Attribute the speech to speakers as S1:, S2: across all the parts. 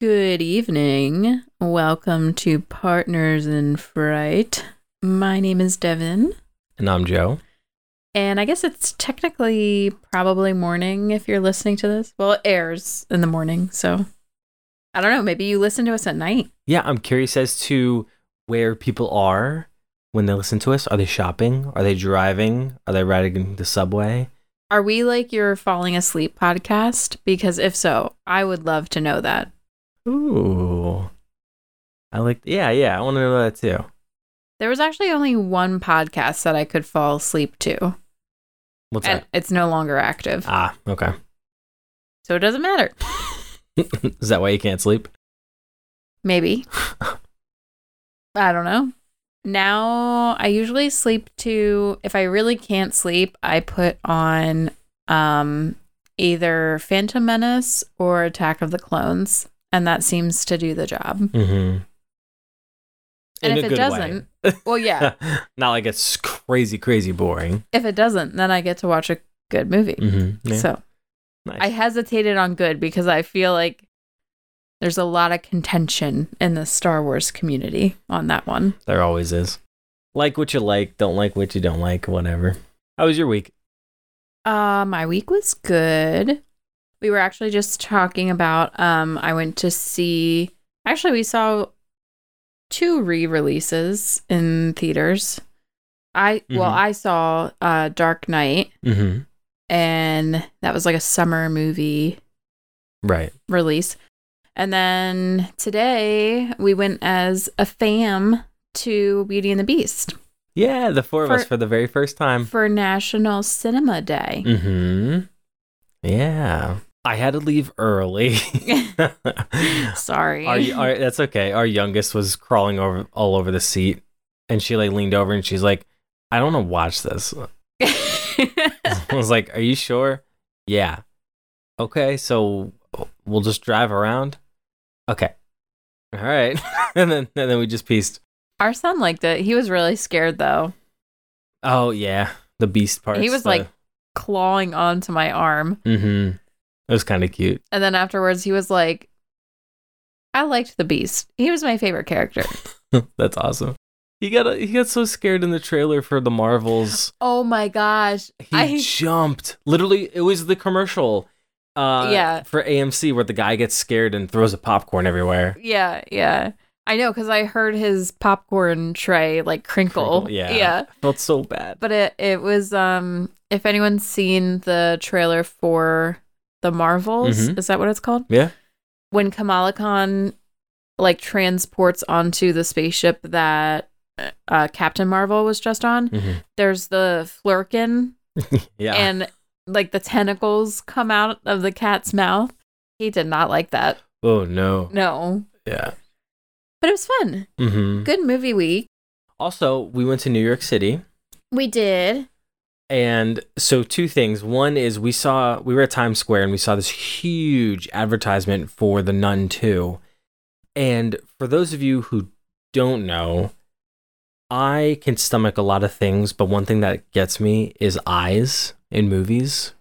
S1: Good evening. Welcome to Partners in Fright. My name is Devin,
S2: And I'm Joe.
S1: and I guess it's technically probably morning if you're listening to this. Well, it airs in the morning, so I don't know. Maybe you listen to us at night.
S2: Yeah, I'm curious as to where people are when they listen to us. Are they shopping? Are they driving? Are they riding the subway?
S1: Are we like your falling asleep podcast? Because if so, I would love to know that.
S2: Ooh. I like, yeah, yeah, I want to know that too.
S1: There was actually only one podcast that I could fall asleep to,
S2: What's
S1: and
S2: that?
S1: it's no longer active.
S2: Ah, okay.
S1: So it doesn't matter.
S2: Is that why you can't sleep?
S1: Maybe. I don't know. Now I usually sleep to if I really can't sleep, I put on um either Phantom Menace or Attack of the Clones, and that seems to do the job.
S2: Mm-hmm.
S1: And if it doesn't, well yeah,
S2: Not like it's crazy, crazy boring.
S1: if it doesn't, then I get to watch a good movie.
S2: Mm-hmm. Yeah.
S1: So
S2: nice.
S1: I hesitated on good because I feel like there's a lot of contention in the Star Wars community on that one.
S2: There always is. Like what you like, don't like what you don't like, whatever. How was your week?
S1: Uh, my week was good. We were actually just talking about um I went to see actually we saw two re-releases in theaters. I well
S2: Mhm.
S1: I saw uh Dark Knight
S2: Mm-hmm.
S1: and that was like a summer movie
S2: Right.
S1: release. And then today we went as a fam to Beauty and the Beast
S2: Yeah, the four
S1: For-
S2: of us for the very first time.
S1: for National Cinema Day.
S2: Mm-hmm. Yeah. I had to leave early.
S1: Sorry.
S2: our, our, that's okay. Our youngest was crawling over all over the seat, and she like leaned over and she's like, "I don't want to watch this." I was like, "Are you sure?" Yeah. Okay, so we'll just drive around. Okay. All right, and then and then we just pieced.
S1: Our son liked it. He was really scared though,
S2: Oh yeah, the beast part.
S1: was like- clawing onto my arm.
S2: "Mm-hmm." It was kind of cute.
S1: And then afterwards, he was like, I liked the beast. He was my favorite character.
S2: That's awesome. He got uh, he got so scared in the trailer for the Marvels.
S1: oh my gosh.
S2: He
S1: I-
S2: jumped. Literally, it was the commercial. Uh,
S1: Yeah.
S2: For AMC, where the guy gets scared and throws a popcorn everywhere.
S1: Yeah, yeah. I know because I heard his popcorn tray like crinkle.
S2: Crinkle, yeah.
S1: Yeah.
S2: Felt so bad.
S1: But it, it was, um, if anyone's seen the trailer for The Marvels,
S2: Mhm.
S1: is that what it's called?
S2: Yeah.
S1: When Kamala Khan like transports onto the spaceship that uh, Captain Marvel was just on,
S2: Mhm.
S1: there's the flurkin
S2: Yeah.
S1: and like the tentacles come out of the cat's mouth. He did not like that.
S2: oh no.
S1: No.
S2: Yeah.
S1: But it was fun.
S2: hmm
S1: Good movie week.
S2: Also, we went to New York City,
S1: We did.
S2: and so two things. One is we saw we were at Times Square and we saw this huge advertisement for the Nun Two. And for those of you who don't know, I can stomach a lot of things, but one thing that gets me is eyes in movies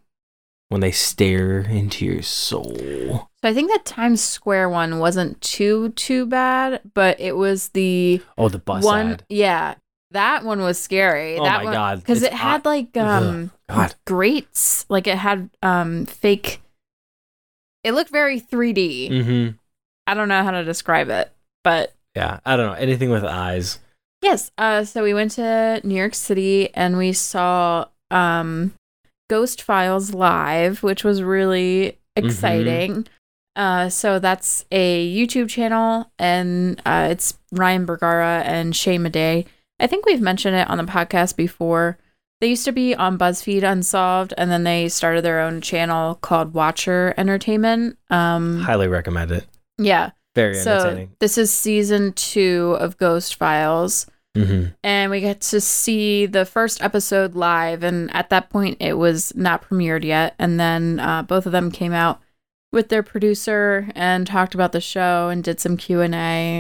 S2: when they stare into your soul.
S1: So I think that Times Square one wasn't too too bad, but it was the
S2: Oh, the bus
S1: one
S2: ad.
S1: yeah. That one was scary.
S2: Oh
S1: that
S2: my
S1: one,
S2: God,
S1: Because
S2: it's
S1: it had like
S2: Ugh,
S1: um
S2: God.
S1: grates. Like it had um fake it looked very 3D.
S2: Mm-hmm.
S1: I don't know how to describe it, but
S2: Yeah, I don't know anything with eyes.
S1: Yes. Uh, so we went to New York City and we saw um, Ghost Files live, which was really
S2: Mm-hmm.
S1: exciting. Uh, so that's a YouTube channel, and uh, it's Ryan Bergara and Shay Madey. I think we've mentioned it on the podcast before. They used to be on BuzzFeed Unsolved, and then they started their own channel called Watcher Entertainment. Um,
S2: Highly recommend it.
S1: yeah.
S2: Very
S1: So
S2: entertaining.
S1: this is season two of Ghost Files
S2: Mm-hmm.
S1: and we get to see the first episode live and at that point it was not premiered yet and then uh, both of them came out with their producer and talked about the show and did some q&a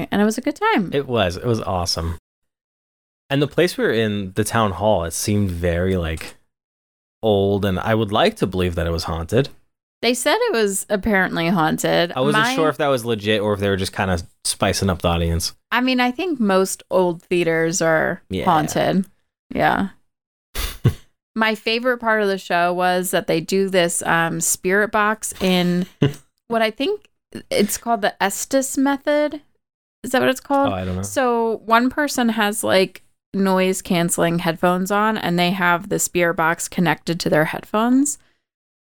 S1: and it was a good time
S2: It was. It was awesome. And the place we were in, the town hall, it seemed very like old and I would like to believe that it was haunted.
S1: They said it was apparently haunted.
S2: I wasn't
S1: My-
S2: sure if that was legit or if they were just kind of spicing up the audience.
S1: I mean, I think most old theaters are
S2: Yeah.
S1: haunted. Yeah. My favorite part of the show was that they do this um, spirit box in what I think it's called the Estes method. Is that what it's
S2: Oh,
S1: called?
S2: I don't know.
S1: So one person has like noise canceling headphones on and they have the spear box connected to their headphones.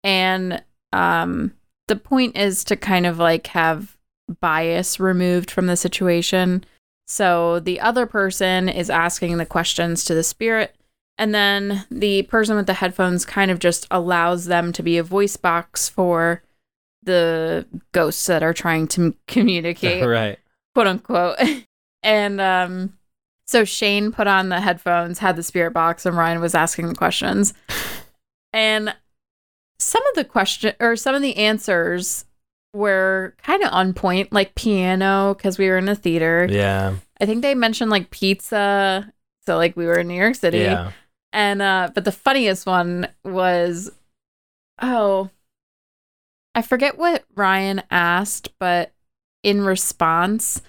S1: And um the point is to kind of like have bias removed from the situation. So the other person is asking the questions to the spirit and then the person with the headphones kind of just allows them to be a voice box for the ghosts that are trying to communicate
S2: right.
S1: quote unquote. and um, so Shane put on the headphones, had the spirit box, and Ryan was asking the questions. And some of the question or some of the answers were kind of on point, like piano, because we were in a theater.
S2: Yeah.
S1: I think they mentioned like pizza. So like we were in New York City.
S2: Yeah.
S1: And uh but the funniest one was oh I forget what Ryan asked, but in response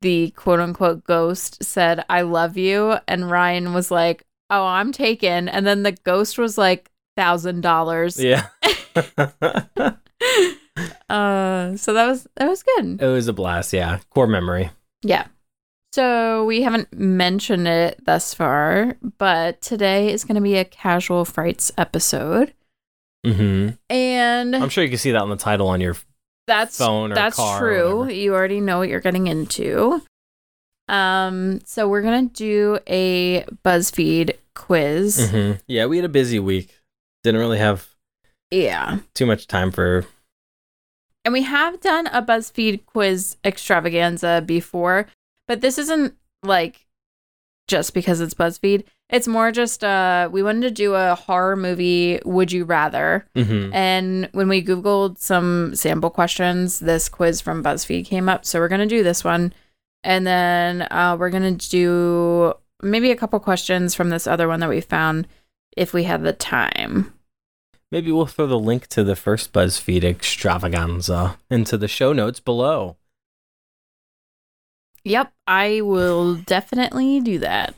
S1: the quote unquote ghost said I love you and Ryan was like, "Oh, I'm taken." And then the ghost was like $1000.
S2: Yeah. it
S1: Uh so that was that was good.
S2: was a blast. Yeah. Core memory.
S1: Yeah. So we haven't mentioned it thus far, but today is going to be a casual frights episode.
S2: Mm-hmm. I'm
S1: And
S2: sure you can see that on the title on your
S1: that's
S2: phone or
S1: that's
S2: car. or
S1: true.
S2: whatever.
S1: You already know what you're getting into. Um so we're going to do a BuzzFeed quiz.
S2: Mhm. Yeah, we had a busy week. Didn't really have
S1: Yeah.
S2: too much time for.
S1: And we have done a BuzzFeed quiz extravaganza before, but this isn't like just because it's BuzzFeed. It's more just uh we wanted to do a horror movie would you rather.
S2: Mhm.
S1: Mm-hmm. And when we googled some sample questions, this quiz from BuzzFeed came up. So we're going to do this one. And then uh we're going to do maybe a couple questions from this other one that we found if we have the time.
S2: Maybe we'll throw the link to the first BuzzFeed extravaganza into the show notes below.
S1: Yep, I will definitely do that.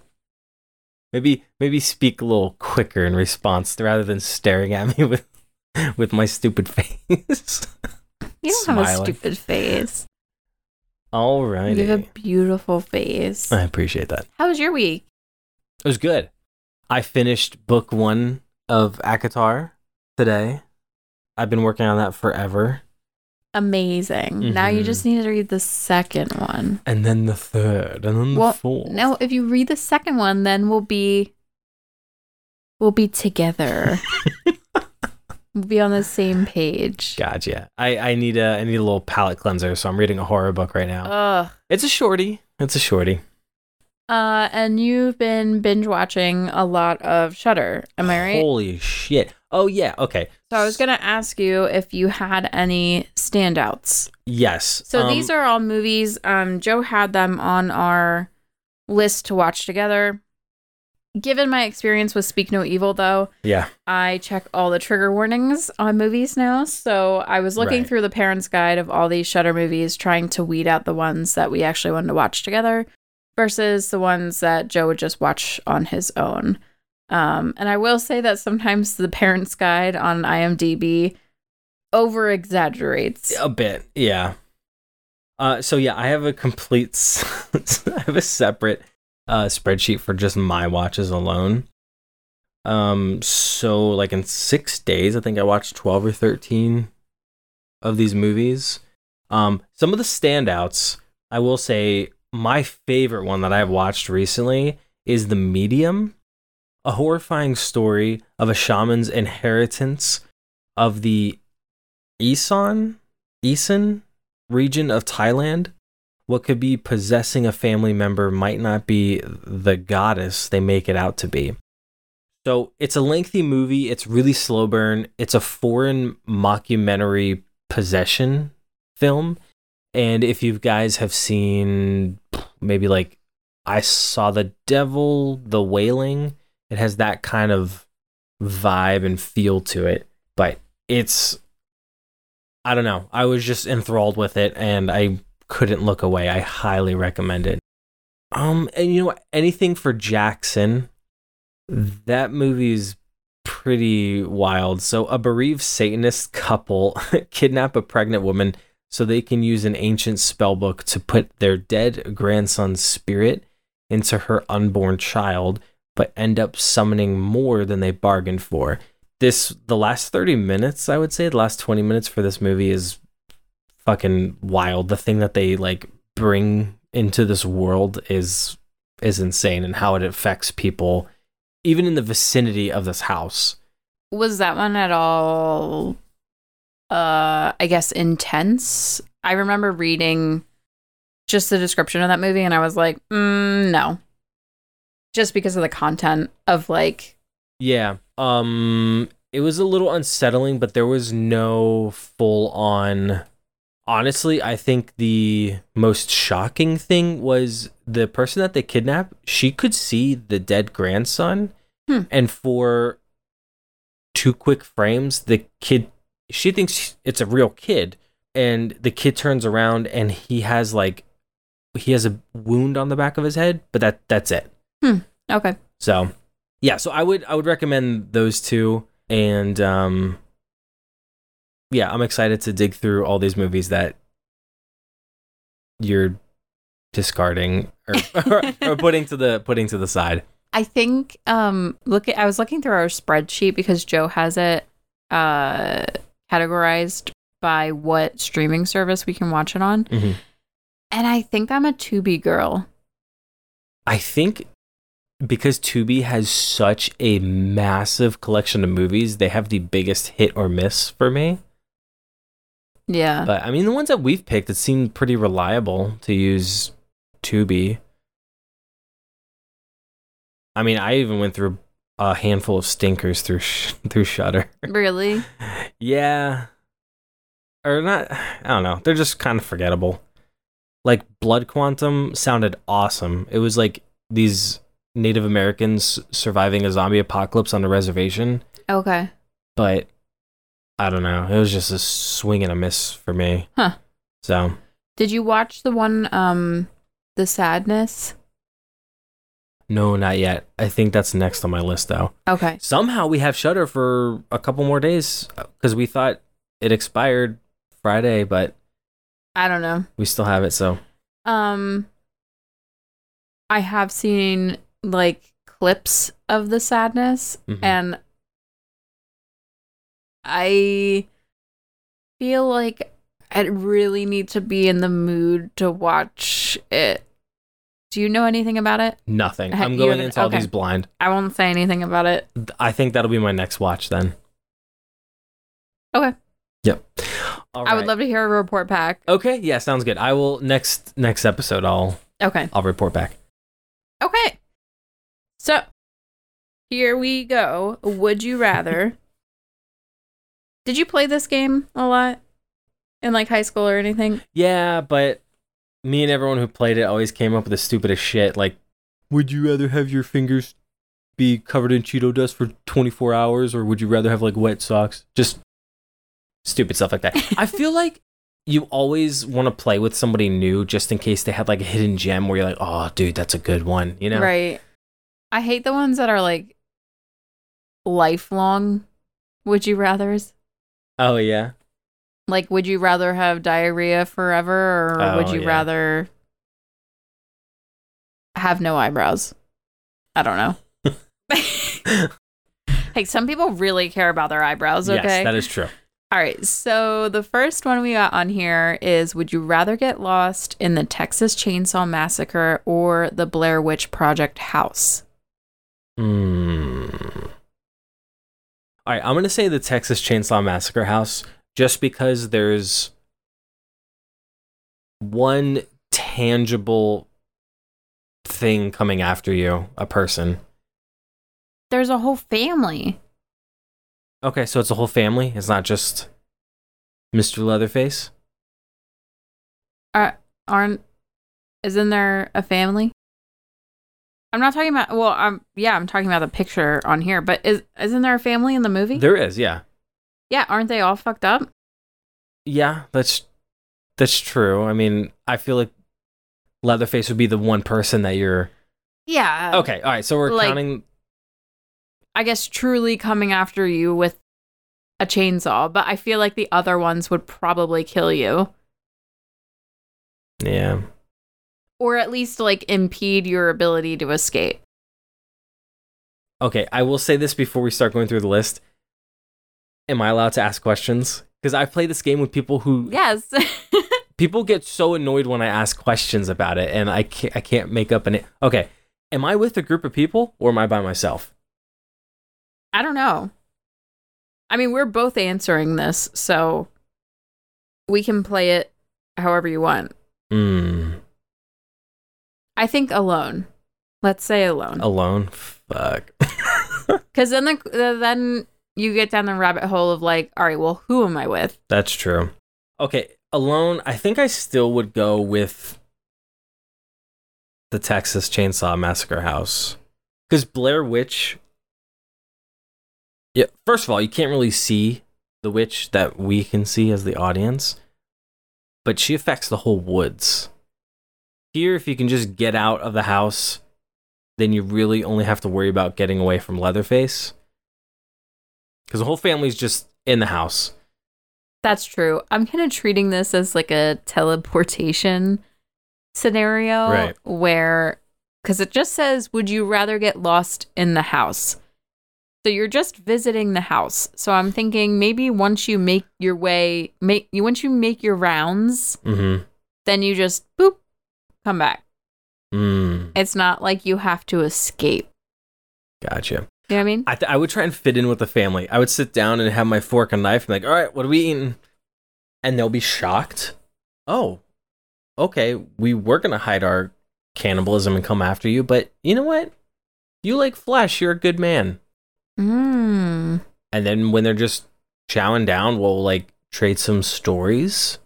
S2: Maybe maybe speak a little quicker in response rather than staring at me with with my stupid face.
S1: You don't have a
S2: Smiling.
S1: stupid face.
S2: All
S1: You have a
S2: righty.
S1: beautiful face.
S2: I appreciate that.
S1: How was your week?
S2: It was good. I finished book one of Akatar today. I've been working on that forever.
S1: Amazing. Now you
S2: Mhm.
S1: just need to read the second one.
S2: And then the third. And then the
S1: Well,
S2: fourth.
S1: No, if you read the second one, then we'll be we'll be together. we'll be on the same page.
S2: God, yeah. I, I need a I need a little palate cleanser, so I'm reading a horror book right now.
S1: Ugh.
S2: it's a shorty. It's a shorty.
S1: Uh, and you've been binge watching a lot of Shutter. Am I right?
S2: Holy shit. Oh yeah, okay.
S1: so I was gonna ask you if you had any standouts.
S2: Yes.
S1: So these are all movies. Um, Joe had them on our list to watch together. Given my experience with Speak No Evil, though,
S2: Yeah.
S1: I check all the trigger warnings on movies now. So I was looking
S2: Right.
S1: through the parents' guide of all these Shutter movies, trying to weed out the ones that we actually wanted to watch together versus the ones that Joe would just watch on his own. Um, and I will say that sometimes the parents' guide on IMDb over exaggerates.
S2: A bit, yeah. Uh, so yeah, I have a complete, s- I have a separate uh, spreadsheet for just my watches alone. Um, so like in six days, I think I watched twelve or thirteen of these movies. Um, some of the standouts, I will say, my favorite one that I've watched recently is The Medium, a horrifying story of a shaman's inheritance of the Isan, Isan region of Thailand. What could be possessing a family member might not be the goddess they make it out to be. So it's a lengthy movie. It's really slow burn. It's a foreign mockumentary possession film. And if you guys have seen maybe like I Saw the Devil, The Wailing, it has that kind of vibe and feel to it. But it's I don't know. I was just enthralled with it and I couldn't look away. I highly recommend it. Um, and you know what? anything for Jackson, that movie's pretty wild. So a bereaved Satanist couple kidnap a pregnant woman so they can use an ancient spell book to put their dead grandson's spirit into her unborn child, but end up summoning more than they bargained for. This the last 30 minutes, I would say, the last 20 minutes for this movie is fucking wild. The thing that they like bring into this world is is insane and how it affects people even in the vicinity of this house.
S1: Was that one at all uh I guess intense? I remember reading just the description of that movie and I was like, mm, no. Just because of the content of like
S2: Yeah. Um it was a little unsettling, but there was no full on honestly, I think the most shocking thing was the person that they kidnapped, she could see the dead grandson.
S1: Hmm.
S2: And for two quick frames, the kid, she thinks it's a real kid. And the kid turns around and he has like, he has a wound on the back of his head, but that that's it.
S1: okay.
S2: So, yeah, so I would I would recommend those two and um yeah, I'm excited to dig through all these movies that you're discarding or, or, or putting to the putting to the side.
S1: I think um look at, I was looking through our spreadsheet because Joe has it uh categorized by what streaming service we can watch it on.
S2: Mhm.
S1: And I think I'm a Tubi girl.
S2: I think because Tubi has such a massive collection of movies, they have the biggest hit or miss for me.
S1: Yeah.
S2: But I mean, the ones that we've picked, it seemed pretty reliable to use Tubi. I mean, I even went through a handful of stinkers through sh- through Shutter.
S1: really?
S2: Yeah, or not? I don't know. They're just kind of forgettable. Like Blood Quantum sounded awesome. It was like these Native Americans surviving a zombie apocalypse on a reservation,
S1: Okay.
S2: but I don't know. It was just a swing and a miss for me.
S1: Huh.
S2: So.
S1: Did you watch the one um The Sadness?
S2: No, not yet. I think that's next on my list though.
S1: Okay.
S2: Somehow we have Shutter for a couple more days because we thought it expired Friday, but
S1: I don't know.
S2: we still have it. So
S1: Um I have seen like clips of The Sadness
S2: mhm.
S1: and I feel like I really need to be in the mood to watch it. Do you know anything about it?
S2: nothing.
S1: Ha-
S2: I'm
S1: you
S2: going
S1: haven't-
S2: into all
S1: okay.
S2: these blind.
S1: I won't say anything about it.
S2: Th- I think that'll be my next watch then.
S1: Okay.
S2: Yep. All
S1: I would love to hear a report back.
S2: Okay. Yeah. Sounds good. I will next next episode. I'll
S1: Okay.
S2: I'll report back.
S1: Okay. So here we go. Would you rather? Did you play this game a lot in like high school or anything?
S2: Yeah, but me and everyone who played it always came up with the stupidest shit. Like, would you rather have your fingers be covered in Cheeto dust for 24 hours, or would you rather have like wet socks? Just stupid stuff like that. I feel like you always want to play with somebody new just in case they had like a hidden gem where you're like, oh, dude, that's a good one. You know?
S1: Right. I hate the ones that are like lifelong would you rathers.
S2: Oh, yeah.
S1: Like, would you rather have diarrhea forever or would
S2: Oh,
S1: you
S2: yeah.
S1: rather have no eyebrows? I don't know. like, some people really care about their eyebrows, okay?
S2: Yes, that is true.
S1: All right. So the first one we got on here is Would you rather get lost in the Texas Chainsaw Massacre or the Blair Witch Project house?
S2: Mm. All right, I'm gonna say the Texas Chainsaw Massacre house just because there's one tangible thing coming after you, a person.
S1: There's a whole family.
S2: Okay, so it's a whole family. It's not just Mr. Leatherface.
S1: Aren't, isn't there a family? I'm not talking about, well, um, yeah, I'm talking about the picture on here, but is, isn't there a family in the movie?
S2: There is, yeah.
S1: yeah. Aren't they all fucked up?
S2: Yeah, that's that's true. I mean, I feel like Leatherface would be the one person that you're
S1: Yeah.
S2: Okay, all right. So we're
S1: Oh. like-
S2: counting
S1: I guess truly coming after you with a chainsaw, but I feel like the other ones would probably kill you
S2: Yeah.
S1: or at least like impede your ability to escape.
S2: Okay, I will say this before we start going through the list. Am I allowed to ask questions? Because I play this game with people who
S1: Yes.
S2: people get so annoyed when I ask questions about it, and I can't I can't make up an okay. Am I with a group of people or am I by myself?
S1: I don't know. I mean, we're both answering this, so we can play it however you want.
S2: Hmm.
S1: I think alone. Let's say alone.
S2: Alone. Fuck.
S1: Because then the, the then you get down the rabbit hole of like, all right, well, who am I with?
S2: That's true. Okay, alone. I think I still would go with the Texas Chainsaw Massacre house because Blair Witch. Yeah, first of all, you can't really see the witch that we can see as the audience, but she affects the whole woods. Here, if you can just get out of the house, then you really only have to worry about getting away from Leatherface. Because the whole family's just in the house.
S1: That's true. I'm kind of treating this as like a teleportation scenario
S2: Right.
S1: where because it just says, would you rather get lost in the house? So you're just visiting the house. So I'm thinking maybe once you make your way, make you once you make your rounds,
S2: Mm-hmm.
S1: then you just boop, come back.
S2: Mm,
S1: It's not like you have to escape.
S2: gotcha.
S1: You know what I mean?
S2: I, th- I would try and fit in with the family. I would sit down and have my fork and knife and like, all right, what are we eating? And they'll be shocked. Oh, okay. We were going to hide our cannibalism and come after you, but you know what? You like flesh. You're a good man.
S1: Mm.
S2: And then when they're just chowing down, we'll like trade some stories.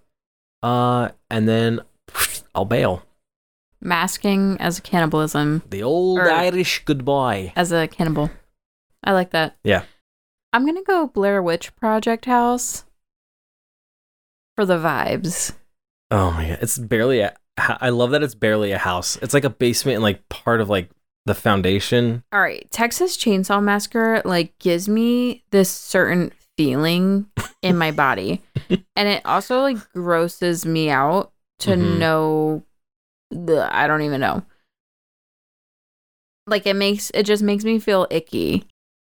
S2: Uh, and then I'll bail.
S1: Masking as a cannibalism,
S2: The old
S1: Or-
S2: Irish goodbye.
S1: as a cannibal. I like that.
S2: Yeah.
S1: I'm going to go Blair Witch Project House for the vibes.
S2: Oh my god, it's barely a. I love that it's barely a house. It's like a basement and like part of like the foundation.
S1: All right. Texas Chainsaw Massacre, like, gives me this certain feeling in my body. And it also, like, grosses me out to
S2: Mhm.
S1: know. The, I don't even know. Like, it makes, it just makes me feel icky.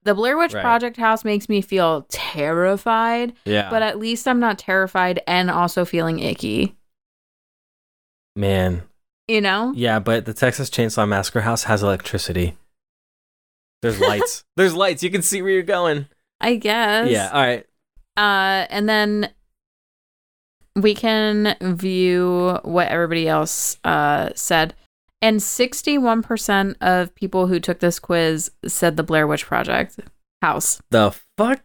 S1: The Blair Witch
S2: Right.
S1: Project House makes me feel terrified.
S2: Yeah,
S1: but at least I'm not terrified and also feeling icky,
S2: man,
S1: you know?
S2: yeah. But the Texas Chainsaw Massacre house has electricity. There's lights. There's lights. You can see where you're going.
S1: I guess.
S2: Yeah. All right.
S1: Uh and then we can view what everybody else uh said. And 61% of people who took this quiz said the Blair Witch Project house.
S2: The fuck.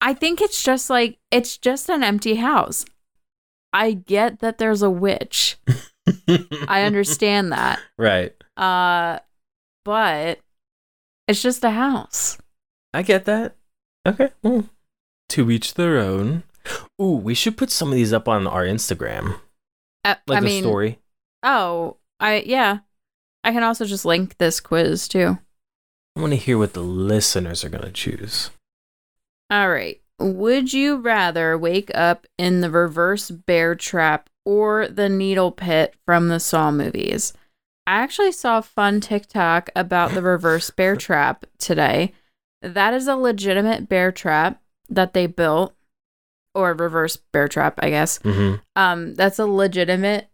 S1: I think it's just like it's just an empty house. I get that there's a witch. I understand that.
S2: Right.
S1: Uh but it's just a house.
S2: I get that. Okay. well, to each their own. Ooh, we should put some of these up on our Instagram,
S1: Uh,
S2: like
S1: I
S2: the
S1: mean,
S2: story.
S1: oh, I yeah. I can also just link this quiz too.
S2: I want to hear what the listeners are gonna choose.
S1: All right. Would you rather wake up in the reverse bear trap or the needle pit from the Saw movies? I actually saw a fun TikTok about the reverse bear trap today. That is a legitimate bear trap that they built, or reverse bear trap, I guess.
S2: Mm-hmm.
S1: Um, that's a legitimate,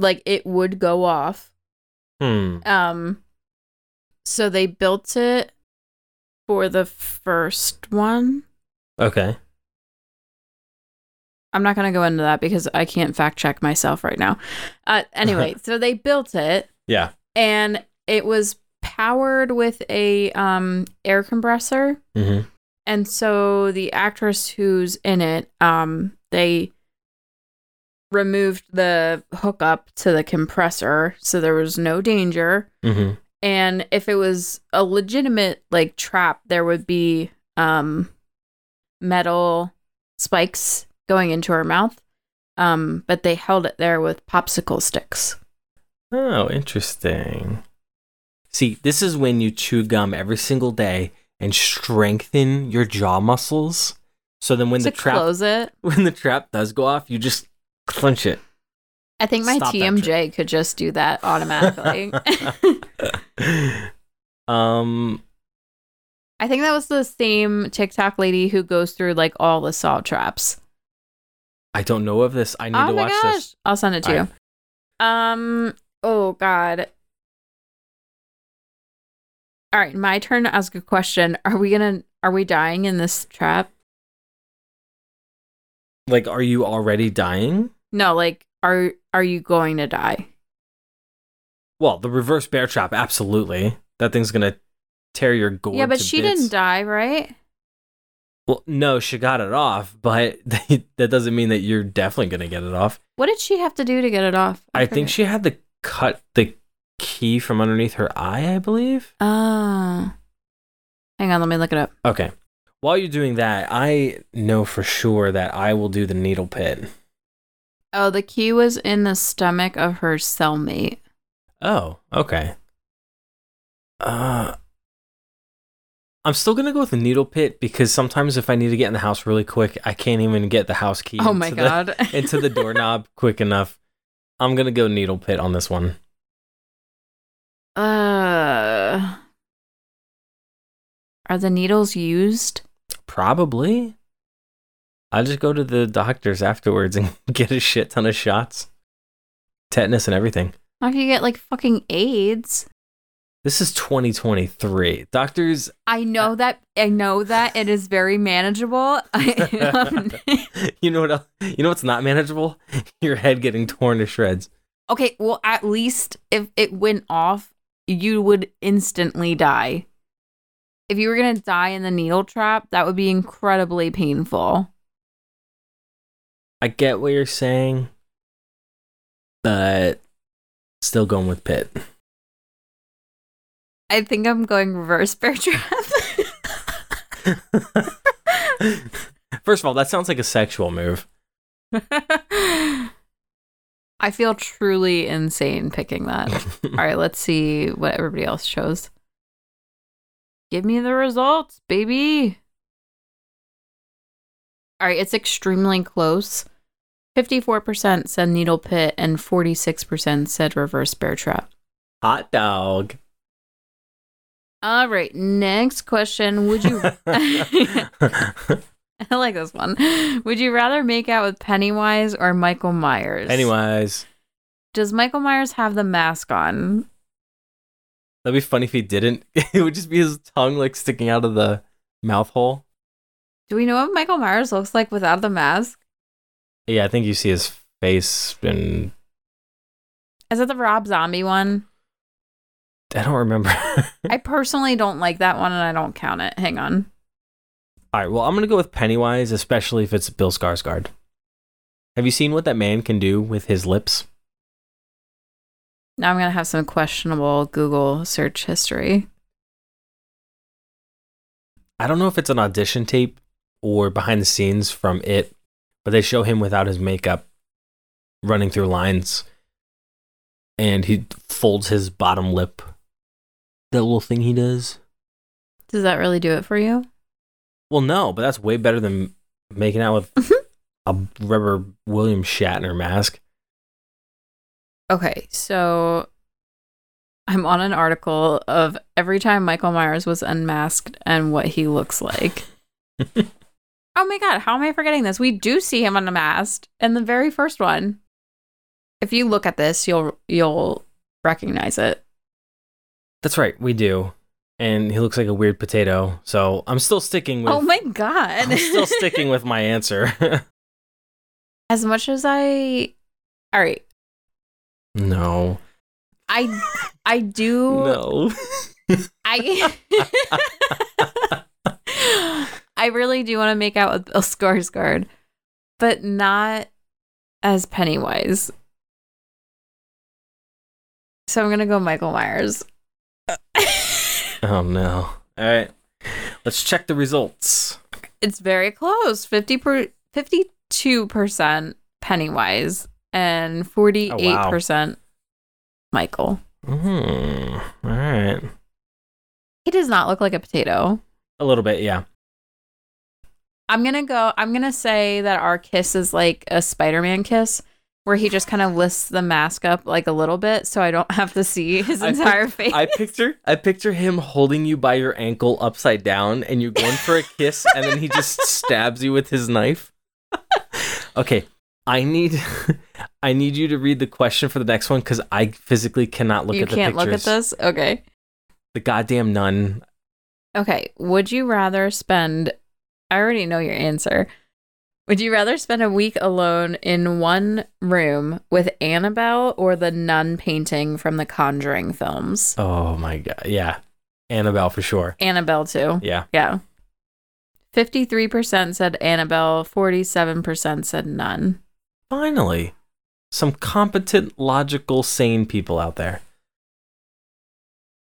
S1: like it would go off.
S2: Hmm.
S1: Um, so they built it for the first one.
S2: Okay.
S1: I'm not going to go into that because I can't fact check myself right now. Uh, anyway, so they built it
S2: Yeah.
S1: and it was powered with a um, air compressor.
S2: Mm-hmm.
S1: And so the actress who's in it, um, they removed the hookup to the compressor, so there was no danger.
S2: Mm-hmm.
S1: and if it was a legitimate like trap there would be um metal spikes going into her mouth. Um, but they held it there with popsicle sticks.
S2: Oh, interesting. See, this is when you chew gum every single day and strengthen your jaw muscles. So then when
S1: to
S2: the trap
S1: close it.
S2: when the trap does go off, you just clench it.
S1: I think my
S2: Stop that
S1: TMJ could just do that automatically.
S2: um
S1: I think that was the same TikTok lady who goes through like all the saw traps.
S2: I don't know of this. I need
S1: oh
S2: to
S1: my
S2: watch
S1: gosh.
S2: this.
S1: I'll send it to
S2: All
S1: you. Um oh god. All right, my turn to ask a question. Are we going to are we dying in this trap?
S2: Like are you already dying?
S1: No, like are are you going to die?
S2: Well, the reverse bear trap absolutely. That thing's going to tear your gourd
S1: yeah, but
S2: to
S1: she
S2: bits.
S1: didn't die, right?
S2: Well, no, she got it off, but that doesn't mean that you're definitely going to get it off.
S1: What did she have to do to get it off?
S2: I think
S1: forget.
S2: she had to cut the key from underneath her eye, I believe.
S1: Oh. Hang on, let me look it up.
S2: Okay. While you're doing that, I know for sure that I will do the needle pit.
S1: Oh, the key was in the stomach of her cellmate.
S2: Oh, okay. Uh I'm still going to go with the needle pit because sometimes if I need to get in the house really quick, I can't even get the house key
S1: Oh my
S2: into the-
S1: god.
S2: into the doorknob quick enough. I'm going to go needle pit on this one.
S1: uh Are the needles used?
S2: Probably. I'll just go to the doctors afterwards and get a shit ton of shots. Tetanus and everything.
S1: Not if you get like fucking AIDS.
S2: This is 2023. Doctors,
S1: I know that I know that it is very manageable. I-
S2: you know what else? You know what's not manageable? Your head getting torn to shreds.
S1: okay, well at least if it went off, you would instantly die. If you were gonna die in the needle trap, that would be incredibly painful.
S2: I get what you're saying, but still going with Pitt.
S1: I think I'm going reverse bear trap.
S2: First of all, that sounds like a sexual move.
S1: I feel truly insane picking that. All right, let's see what everybody else chose. Give me the results, baby. All right, it's extremely close. 54% said needle pit and 46% said reverse bear trap.
S2: Hot dog.
S1: All right, next question. Would you I like this one. Would you rather make out with Pennywise or Michael Myers?
S2: Anyways,
S1: Does Michael Myers have the mask on?
S2: that'd be funny if he didn't. It would just be his tongue like sticking out of the mouth hole.
S1: Do we know what Michael Myers looks like without the mask?
S2: Yeah, I think you see his face, and
S1: Is it the Rob Zombie one?
S2: I don't remember.
S1: I personally don't like that one and I don't count it. Hang on.
S2: All right, well, I'm gonna go with Pennywise, especially if it's Bill Skarsgård. Have you seen what that man can do with his lips?
S1: Now I'm going to have some questionable Google search history.
S2: I don't know if it's an audition tape or behind the scenes from it, but they show him without his makeup running through lines and he folds his bottom lip. That little thing he does.
S1: Does that really do it for you?
S2: Well, no, but that's way better than making out with
S1: Mm-hmm.
S2: a rubber William Shatner mask.
S1: Okay, so I'm on an article of every time Michael Myers was unmasked and what he looks like. oh my god, how am I forgetting this? We do see him unmasked in the very first one. If you look at this, you'll you'll recognize it.
S2: That's right, we do. And he looks like a weird potato. So I'm still sticking with
S1: oh my god.
S2: I'm still sticking with my answer.
S1: as much as I All right.
S2: no.
S1: I I do
S2: No.
S1: I I really do want to make out with Bill Skarsgård, but not as Pennywise. So I'm gonna go Michael Myers.
S2: Oh no. All right. Let's check the results.
S1: it's very close. Fifty 52% Pennywise and 48% Michael.
S2: Mm, all right.
S1: He does not look like a potato.
S2: A little bit, yeah.
S1: I'm going to go, I'm going to say that our kiss is like a Spider Man kiss. Where he just kind of lifts the mask up like a little bit, so I don't have to see his
S2: I pic-
S1: entire face.
S2: I picture I picture him holding you by your ankle upside down and you're going for a kiss and then he just stabs you with his knife. Okay. I need I need you to read the question for the next one cuz I physically cannot look
S1: you
S2: at the
S1: can't
S2: pictures.
S1: look at this. Okay.
S2: The goddamn nun.
S1: Okay. Would you rather spend? I already know your answer. Would you rather spend a week alone in one room with Annabelle or the nun painting from the Conjuring films?
S2: Oh my god. Yeah. Annabelle for sure.
S1: Annabelle, too.
S2: Yeah.
S1: Yeah. 53% said Annabelle, 47% said none.
S2: Finally. Some competent, logical, sane people out there.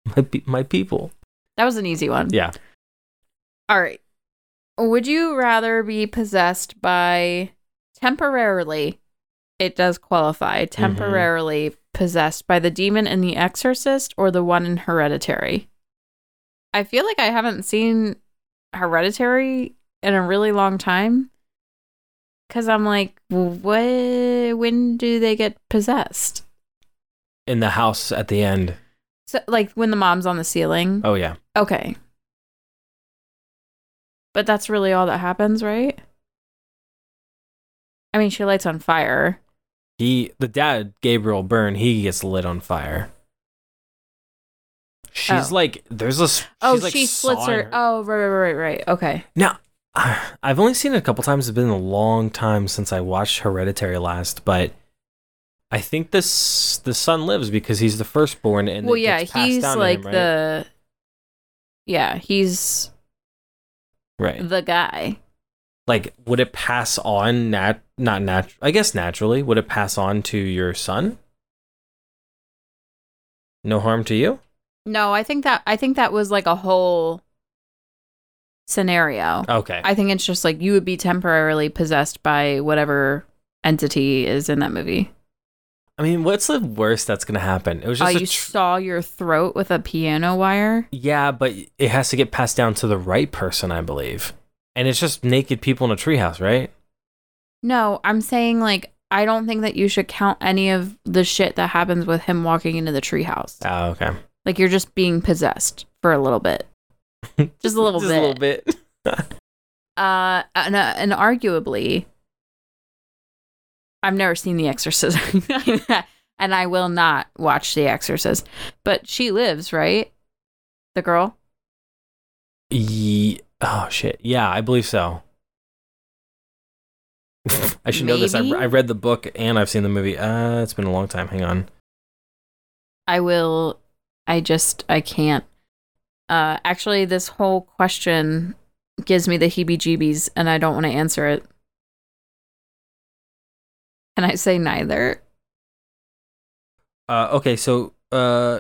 S2: My pe- my people.
S1: That was an easy one.
S2: Yeah.
S1: All right. Would you rather be possessed by temporarily? It does qualify temporarily possessed by the demon in The Exorcist or the one in Hereditary. I feel like I haven't seen Hereditary in a really long time because I'm like, what? When do they get possessed?
S2: In the house at the end.
S1: So, like when the mom's on the ceiling.
S2: Oh yeah.
S1: Okay. But that's really all that happens, right? I mean, she lights on fire.
S2: He, the dad, Gabriel Byrne, he gets lit on fire. She's
S1: Oh.
S2: like, there's a. s-
S1: Oh,
S2: she's, like,
S1: she slits her.
S2: sawing
S1: Oh, right, right, right, right. Okay.
S2: Now, I- I've only seen it a couple times. It's been a long time since I watched Hereditary last, but I think this the son lives because he's the firstborn, and
S1: well,
S2: it
S1: yeah,
S2: gets passed
S1: he's
S2: down to
S1: like
S2: him, right?
S1: the. Yeah, he's
S2: right.
S1: the guy.
S2: Like, would it pass on nat? Not natural. I guess naturally, would it pass on to your son? No harm to you.
S1: No, I think that I think that was like a whole scenario.
S2: Okay.
S1: I think it's just like you would be temporarily possessed by whatever entity is in that movie.
S2: I mean, what's the worst that's gonna happen? It was
S1: Oh,
S2: just a
S1: you
S2: tr-
S1: saw your throat with a piano wire?
S2: yeah, but it has to get passed down to the right person, I believe. And it's just naked people in a treehouse, right?
S1: No, I'm saying like I don't think that you should count any of the shit that happens with him walking into the treehouse.
S2: Oh, okay.
S1: Like you're just being possessed for a little bit. Just a little
S2: just
S1: bit.
S2: a little bit.
S1: Uh, and, uh, and arguably, I've never seen The Exorcist, and I will not watch The Exorcist. But she lives, right? The girl.
S2: Ye- oh shit. Yeah, I believe so. I should know this. I,
S1: Maybe?
S2: I read the book and I've seen the movie. Uh, it's been a long time. Hang on.
S1: I will. I just. I can't. Uh, actually, this whole question gives me the heebie-jeebies, and I don't want to answer it. Can I say neither?
S2: Uh, okay, so uh,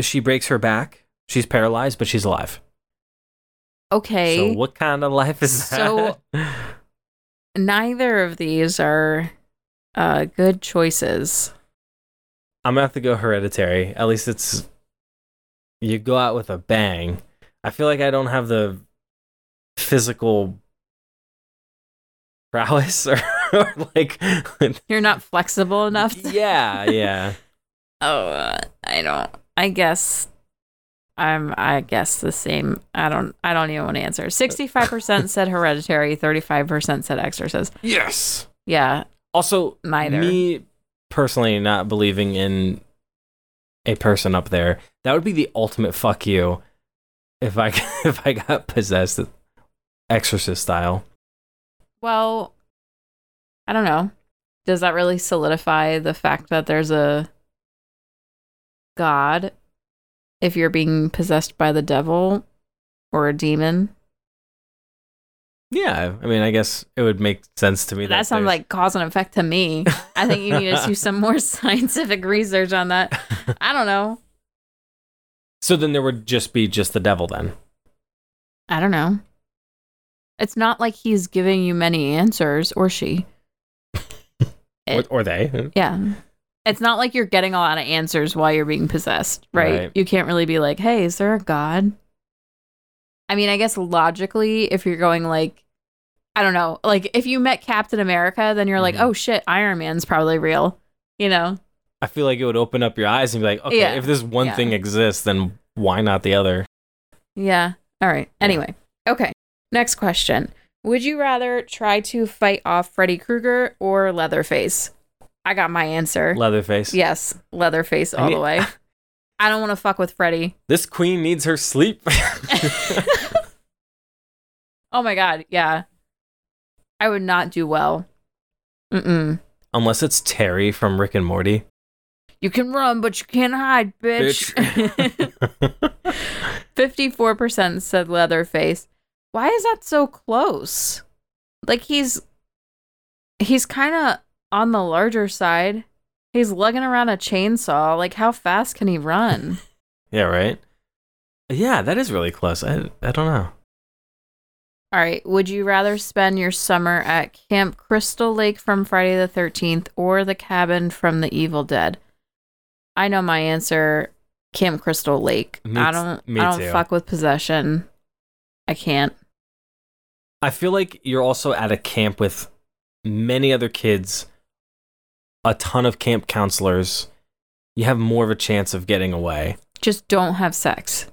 S2: she breaks her back. She's paralyzed, but she's alive.
S1: Okay.
S2: So what kind of life is
S1: So-
S2: that?
S1: neither of these are uh, good choices.
S2: I'm gonna have to go hereditary. At least it's you go out with a bang. I feel like I don't have the physical prowess or, or like
S1: You're not flexible enough. to-
S2: Yeah, yeah.
S1: Oh, uh, I don't. I guess. I'm. I guess the same. I don't. I don't even want to answer. Sixty-five percent said hereditary. Thirty-five percent said exorcist.
S2: yes.
S1: Yeah,
S2: Also,
S1: neither.
S2: me personally not believing in a person up there. That would be the ultimate fuck you if I if I got possessed exorcist style.
S1: Well, I don't know. Does that really solidify the fact that there's a god if you're being possessed by the devil or a demon?
S2: Yeah, I mean, I guess it would make sense to me.
S1: That sounds
S2: there's-
S1: like cause and effect to me. I think you need to do some more scientific research on that. I don't know.
S2: So then there would just be just the devil then.
S1: I don't know. It's not like he's giving you many answers or she.
S2: or, or they.
S1: Yeah. It's not like you're getting a lot of answers while you're being possessed, right?
S2: Right.
S1: You can't really be like, hey, is there a God? I mean, I guess logically, if you're going like, I don't know, like if you met Captain America, then you're like,
S2: Mhm.
S1: oh shit, Iron Man's probably real, you know?
S2: I feel like it would open up your eyes and be like, okay,
S1: Yeah.
S2: if this one
S1: Yeah.
S2: thing exists, then why not the other?
S1: Yeah. All right.
S2: Yeah.
S1: Anyway. Okay. Next question. Would you rather try to fight off Freddy Krueger or Leatherface? I got my answer.
S2: Leatherface.
S1: yes, Leatherface all
S2: I mean-
S1: the way. I don't want to fuck with Freddy.
S2: This queen needs her sleep.
S1: Oh my god, yeah. I would not do well. Mm-mm.
S2: Unless it's Terry from Rick and Morty.
S1: You can run, but you can't hide, bitch. 54% said Leatherface. Why is that so close? Like he's he's kind of on the larger side. He's lugging around a chainsaw. Like how fast can he run?
S2: yeah, right? Yeah, that is really close. I, I don't know.
S1: All right, would you rather spend your summer at Camp Crystal Lake from Friday the 13th or the cabin from The Evil Dead? I know my answer, Camp Crystal Lake.
S2: Me
S1: I
S2: t-
S1: don't
S2: me
S1: I don't
S2: too.
S1: fuck with possession. I can't.
S2: I feel like you're also at a camp with many other kids, a ton of camp counselors. You have more of a chance of getting away.
S1: Just don't have sex.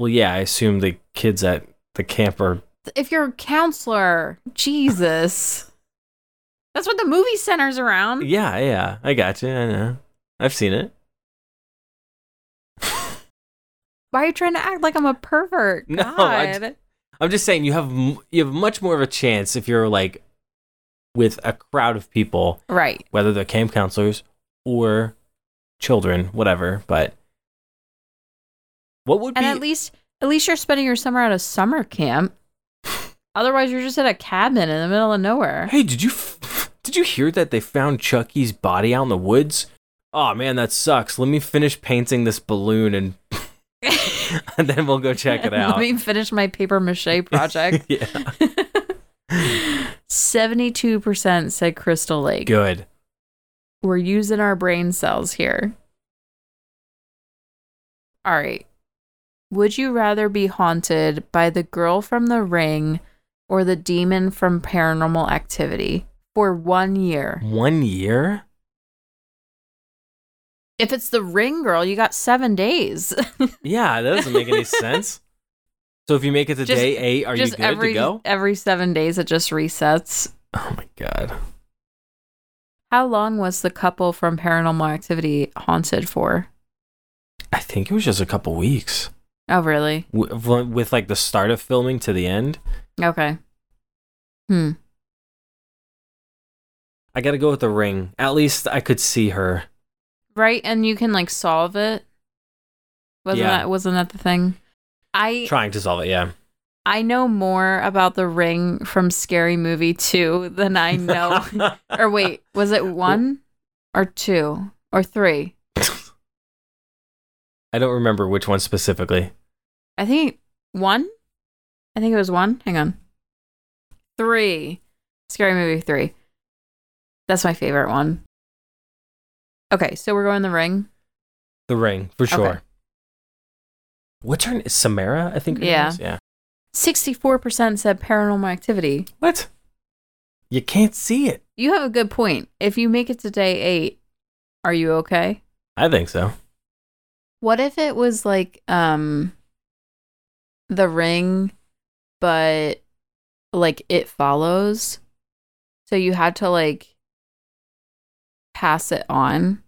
S2: Well, yeah, I assume the kids at the camp are.
S1: if you're a counselor, Jesus. That's what the movie center's around.
S2: Yeah, yeah, I got you. I know. I've seen it.
S1: Why are you trying to act like I'm a pervert?
S2: No,
S1: God.
S2: I I'm just saying you have m- you have much more of a chance if you're like with a crowd of people,
S1: right.
S2: whether they're camp counselors or children, whatever. But what would
S1: And
S2: be
S1: at least at least you're spending your summer at a summer camp. Otherwise you're just at a cabin in the middle of nowhere.
S2: Hey, did you f- did you hear that they found Chucky's body out in the woods? Oh man, that sucks. Let me finish painting this balloon and and then we'll go check it out.
S1: Let me finish my paper mache project.
S2: yeah.
S1: 72% said Crystal Lake.
S2: Good.
S1: We're using our brain cells here. All right. Would you rather be haunted by the girl from the ring or the demon from paranormal activity for one year?
S2: One year?
S1: If it's the ring girl, you got seven days.
S2: Yeah, that doesn't make any sense. So if you make it to
S1: Just-
S2: day eight, are you
S1: just
S2: good
S1: every
S2: to go?
S1: every seven days it just resets.
S2: Oh my god.
S1: How long was the couple from paranormal activity haunted for?
S2: I think it was just a couple weeks.
S1: Oh really?
S2: W- with like the start of filming to the end.
S1: Okay. Hmm.
S2: I gotta go with the ring. At least I could see her.
S1: right and you can like solve it wasn't
S2: Yeah.
S1: that wasn't that the thing i
S2: Trying to solve it, yeah.
S1: i know more about the ring from scary movie 2 than i know or wait was it 1 or 2 or 3
S2: I don't remember which one specifically.
S1: i think 1 i think it was 1 hang on 3 scary movie 3 that's my favorite one okay so we're going the ring
S2: The Ring, for sure.
S1: Okay.
S2: What's her name? Samara, I think. her name
S1: Yeah.
S2: is? Yeah.
S1: 64% said paranormal activity
S2: What? You can't see it.
S1: You have a good point. If you make it to day eight, are you okay?
S2: I think so.
S1: What if it was like um the ring, but like it follows? So you had to like pass it on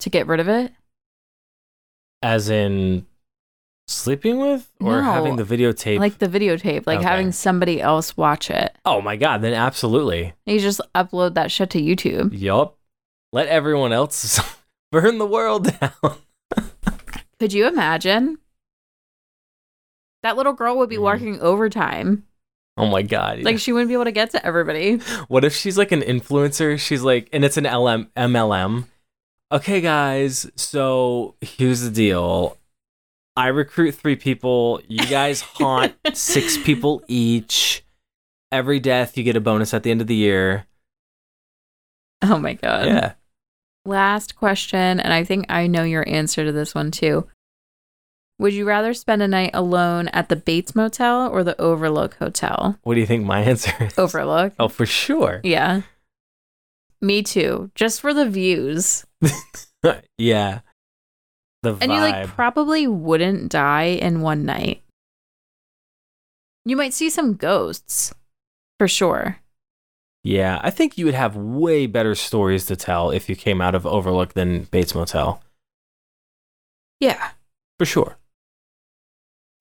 S1: to get rid of it?
S2: As in sleeping with or
S1: No,
S2: having the videotape.
S1: Like the videotape, like
S2: Okay.
S1: having somebody else watch it.
S2: oh my God, then absolutely.
S1: You just upload that shit to YouTube.
S2: Yup. Let everyone else burn the world down.
S1: Could you imagine? That little girl would be
S2: Mhm.
S1: working overtime.
S2: Oh my God. yeah.
S1: Like she wouldn't be able to get to everybody.
S2: What if she's like an influencer? She's like, and it's an LM MLM. Okay, guys, so here's the deal. I recruit three people. You guys haunt six people each. Every death, you get a bonus at the end of the year.
S1: Oh my god.
S2: yeah.
S1: Last question, and I think I know your answer to this one too. Would you rather spend a night alone at the Bates Motel or the Overlook Hotel?
S2: What do you think my answer is?
S1: Overlook.
S2: Oh, for sure.
S1: Yeah. Me too. Just for the views.
S2: yeah. The vibe.
S1: And you like probably wouldn't die in one night. You might see some ghosts for sure.
S2: yeah, I think you would have way better stories to tell if you came out of Overlook than Bates Motel.
S1: Yeah.
S2: For sure.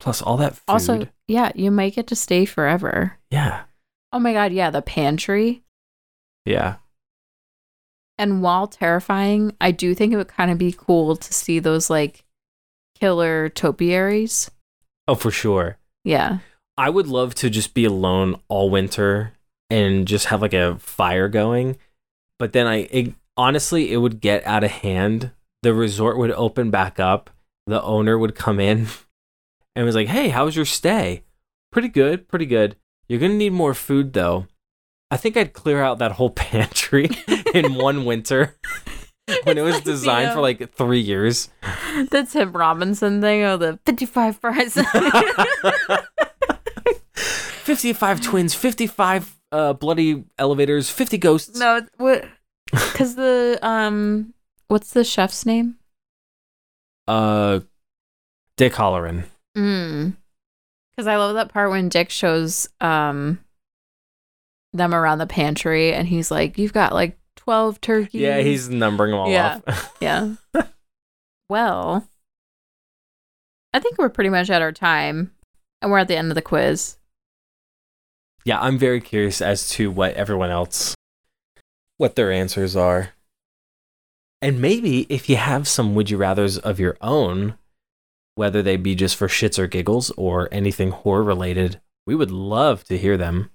S2: Plus all that food.
S1: Also, yeah, you might get to stay forever.
S2: yeah.
S1: Oh my god, yeah, the pantry.
S2: Yeah.
S1: And while terrifying, I do think it would kind of be cool to see those like killer topiaries.
S2: Oh, for sure.
S1: Yeah.
S2: I would love to just be alone all winter and just have like a fire going. But then I it, honestly, it would get out of hand. The resort would open back up. The owner would come in and was like, "Hey, how was your stay? Pretty good, pretty good. You're gonna need more food though. I think I'd clear out that whole pantry in one winter when it was designed for like three years."
S1: like the Tim Robinson thing or the 55 fries.
S2: 55 twins, 55 uh, bloody elevators, 50 ghosts.
S1: no, it's- what? Because the, um, what's the chef's name?
S2: uh Dick Holleran.
S1: Mm. Because I love that part when Dick shows um them around the pantry and he's like, You've got like 12 turkeys.
S2: Yeah, he's numbering them all
S1: Yeah.
S2: off.
S1: Yeah. well, I think we're pretty much at our time and we're at the end of the quiz.
S2: yeah, I'm very curious as to what everyone else what their answers are. And maybe if you have some would you rathers of your own, whether they be just for shits or giggles or anything horror related, we would love to hear them.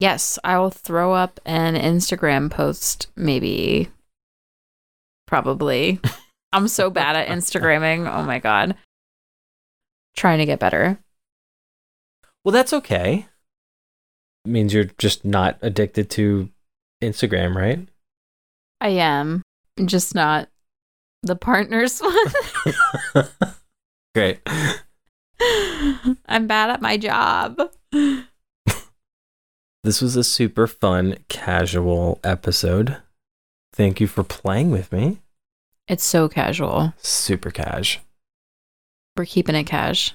S1: Yes, I will throw up an Instagram post, maybe. Probably. I'm so bad at Instagramming. Oh my God. Trying to get better.
S2: Well, that's okay. means you're just not addicted to Instagram, right?
S1: I am. Just not the partners one.
S2: Great.
S1: I'm bad at my job.
S2: This was a super fun, casual episode. Thank you for playing with me.
S1: It's so casual.
S2: Super cash.
S1: We're keeping it cash.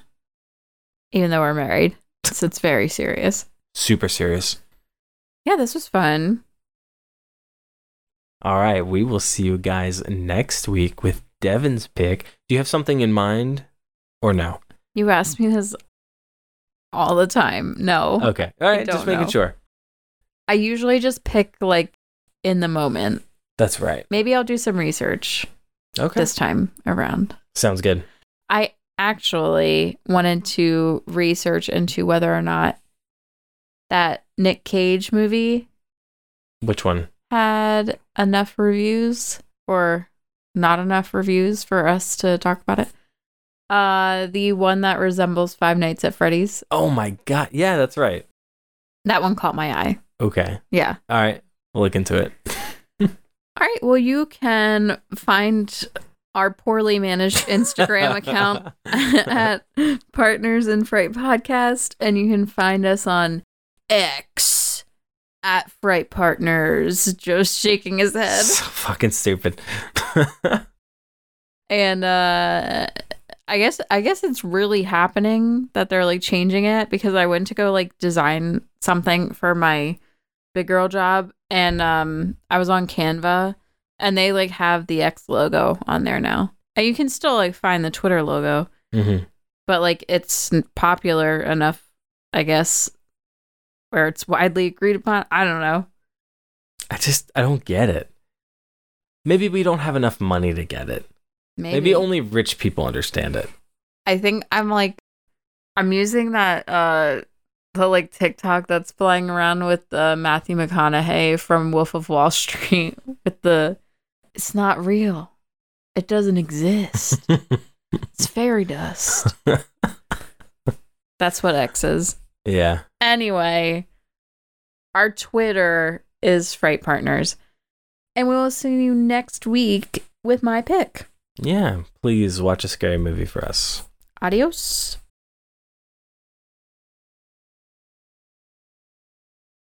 S1: Even though we're married. So it's very serious.
S2: Super serious.
S1: Yeah, this was fun.
S2: All right. We will see you guys next week with Devin's pick. Do you have something in mind or no?
S1: You ask me this all the time. No.
S2: Okay. All right. Just
S1: Oh, don't
S2: making
S1: know.
S2: sure.
S1: I usually just pick like in the moment.
S2: That's right.
S1: Maybe I'll do some research
S2: Okay.
S1: this time around.
S2: Sounds good.
S1: I actually wanted to research into whether or not that Nick Cage movie
S2: Which one?
S1: had enough reviews or not enough reviews for us to talk about it. Uh, the one that resembles Five Nights at Freddy's.
S2: Oh my God. Yeah, that's right.
S1: That one caught my eye.
S2: Okay.
S1: Yeah.
S2: All right. We'll look into it.
S1: All right. Well, you can find our poorly managed Instagram account at Partners in Fright Podcast, and you can find us on X at Fright Partners. Joe's shaking his head.
S2: so fucking stupid.
S1: And uh I guess I guess it's really happening that they're like changing it because I went to go like design something for my big girl job and um I was on Canva and they like have the X logo on there now. And you can still like find the Twitter logo,
S2: hmm
S1: but like it's n- popular enough, I guess, where it's widely agreed upon. I don't know.
S2: I just I don't get it. Maybe we don't have enough money to get it.
S1: Maybe,
S2: Maybe, only rich people understand it.
S1: I think I'm like I'm using that uh the like TikTok that's flying around with uh, Matthew McConaughey from Wolf of Wall Street with the it's not real. It doesn't exist. It's fairy dust. That's what X is.
S2: yeah.
S1: Anyway, our Twitter is Fright Partners. And we will see you next week with my pick.
S2: Yeah. Please watch a scary movie for us.
S1: Adios.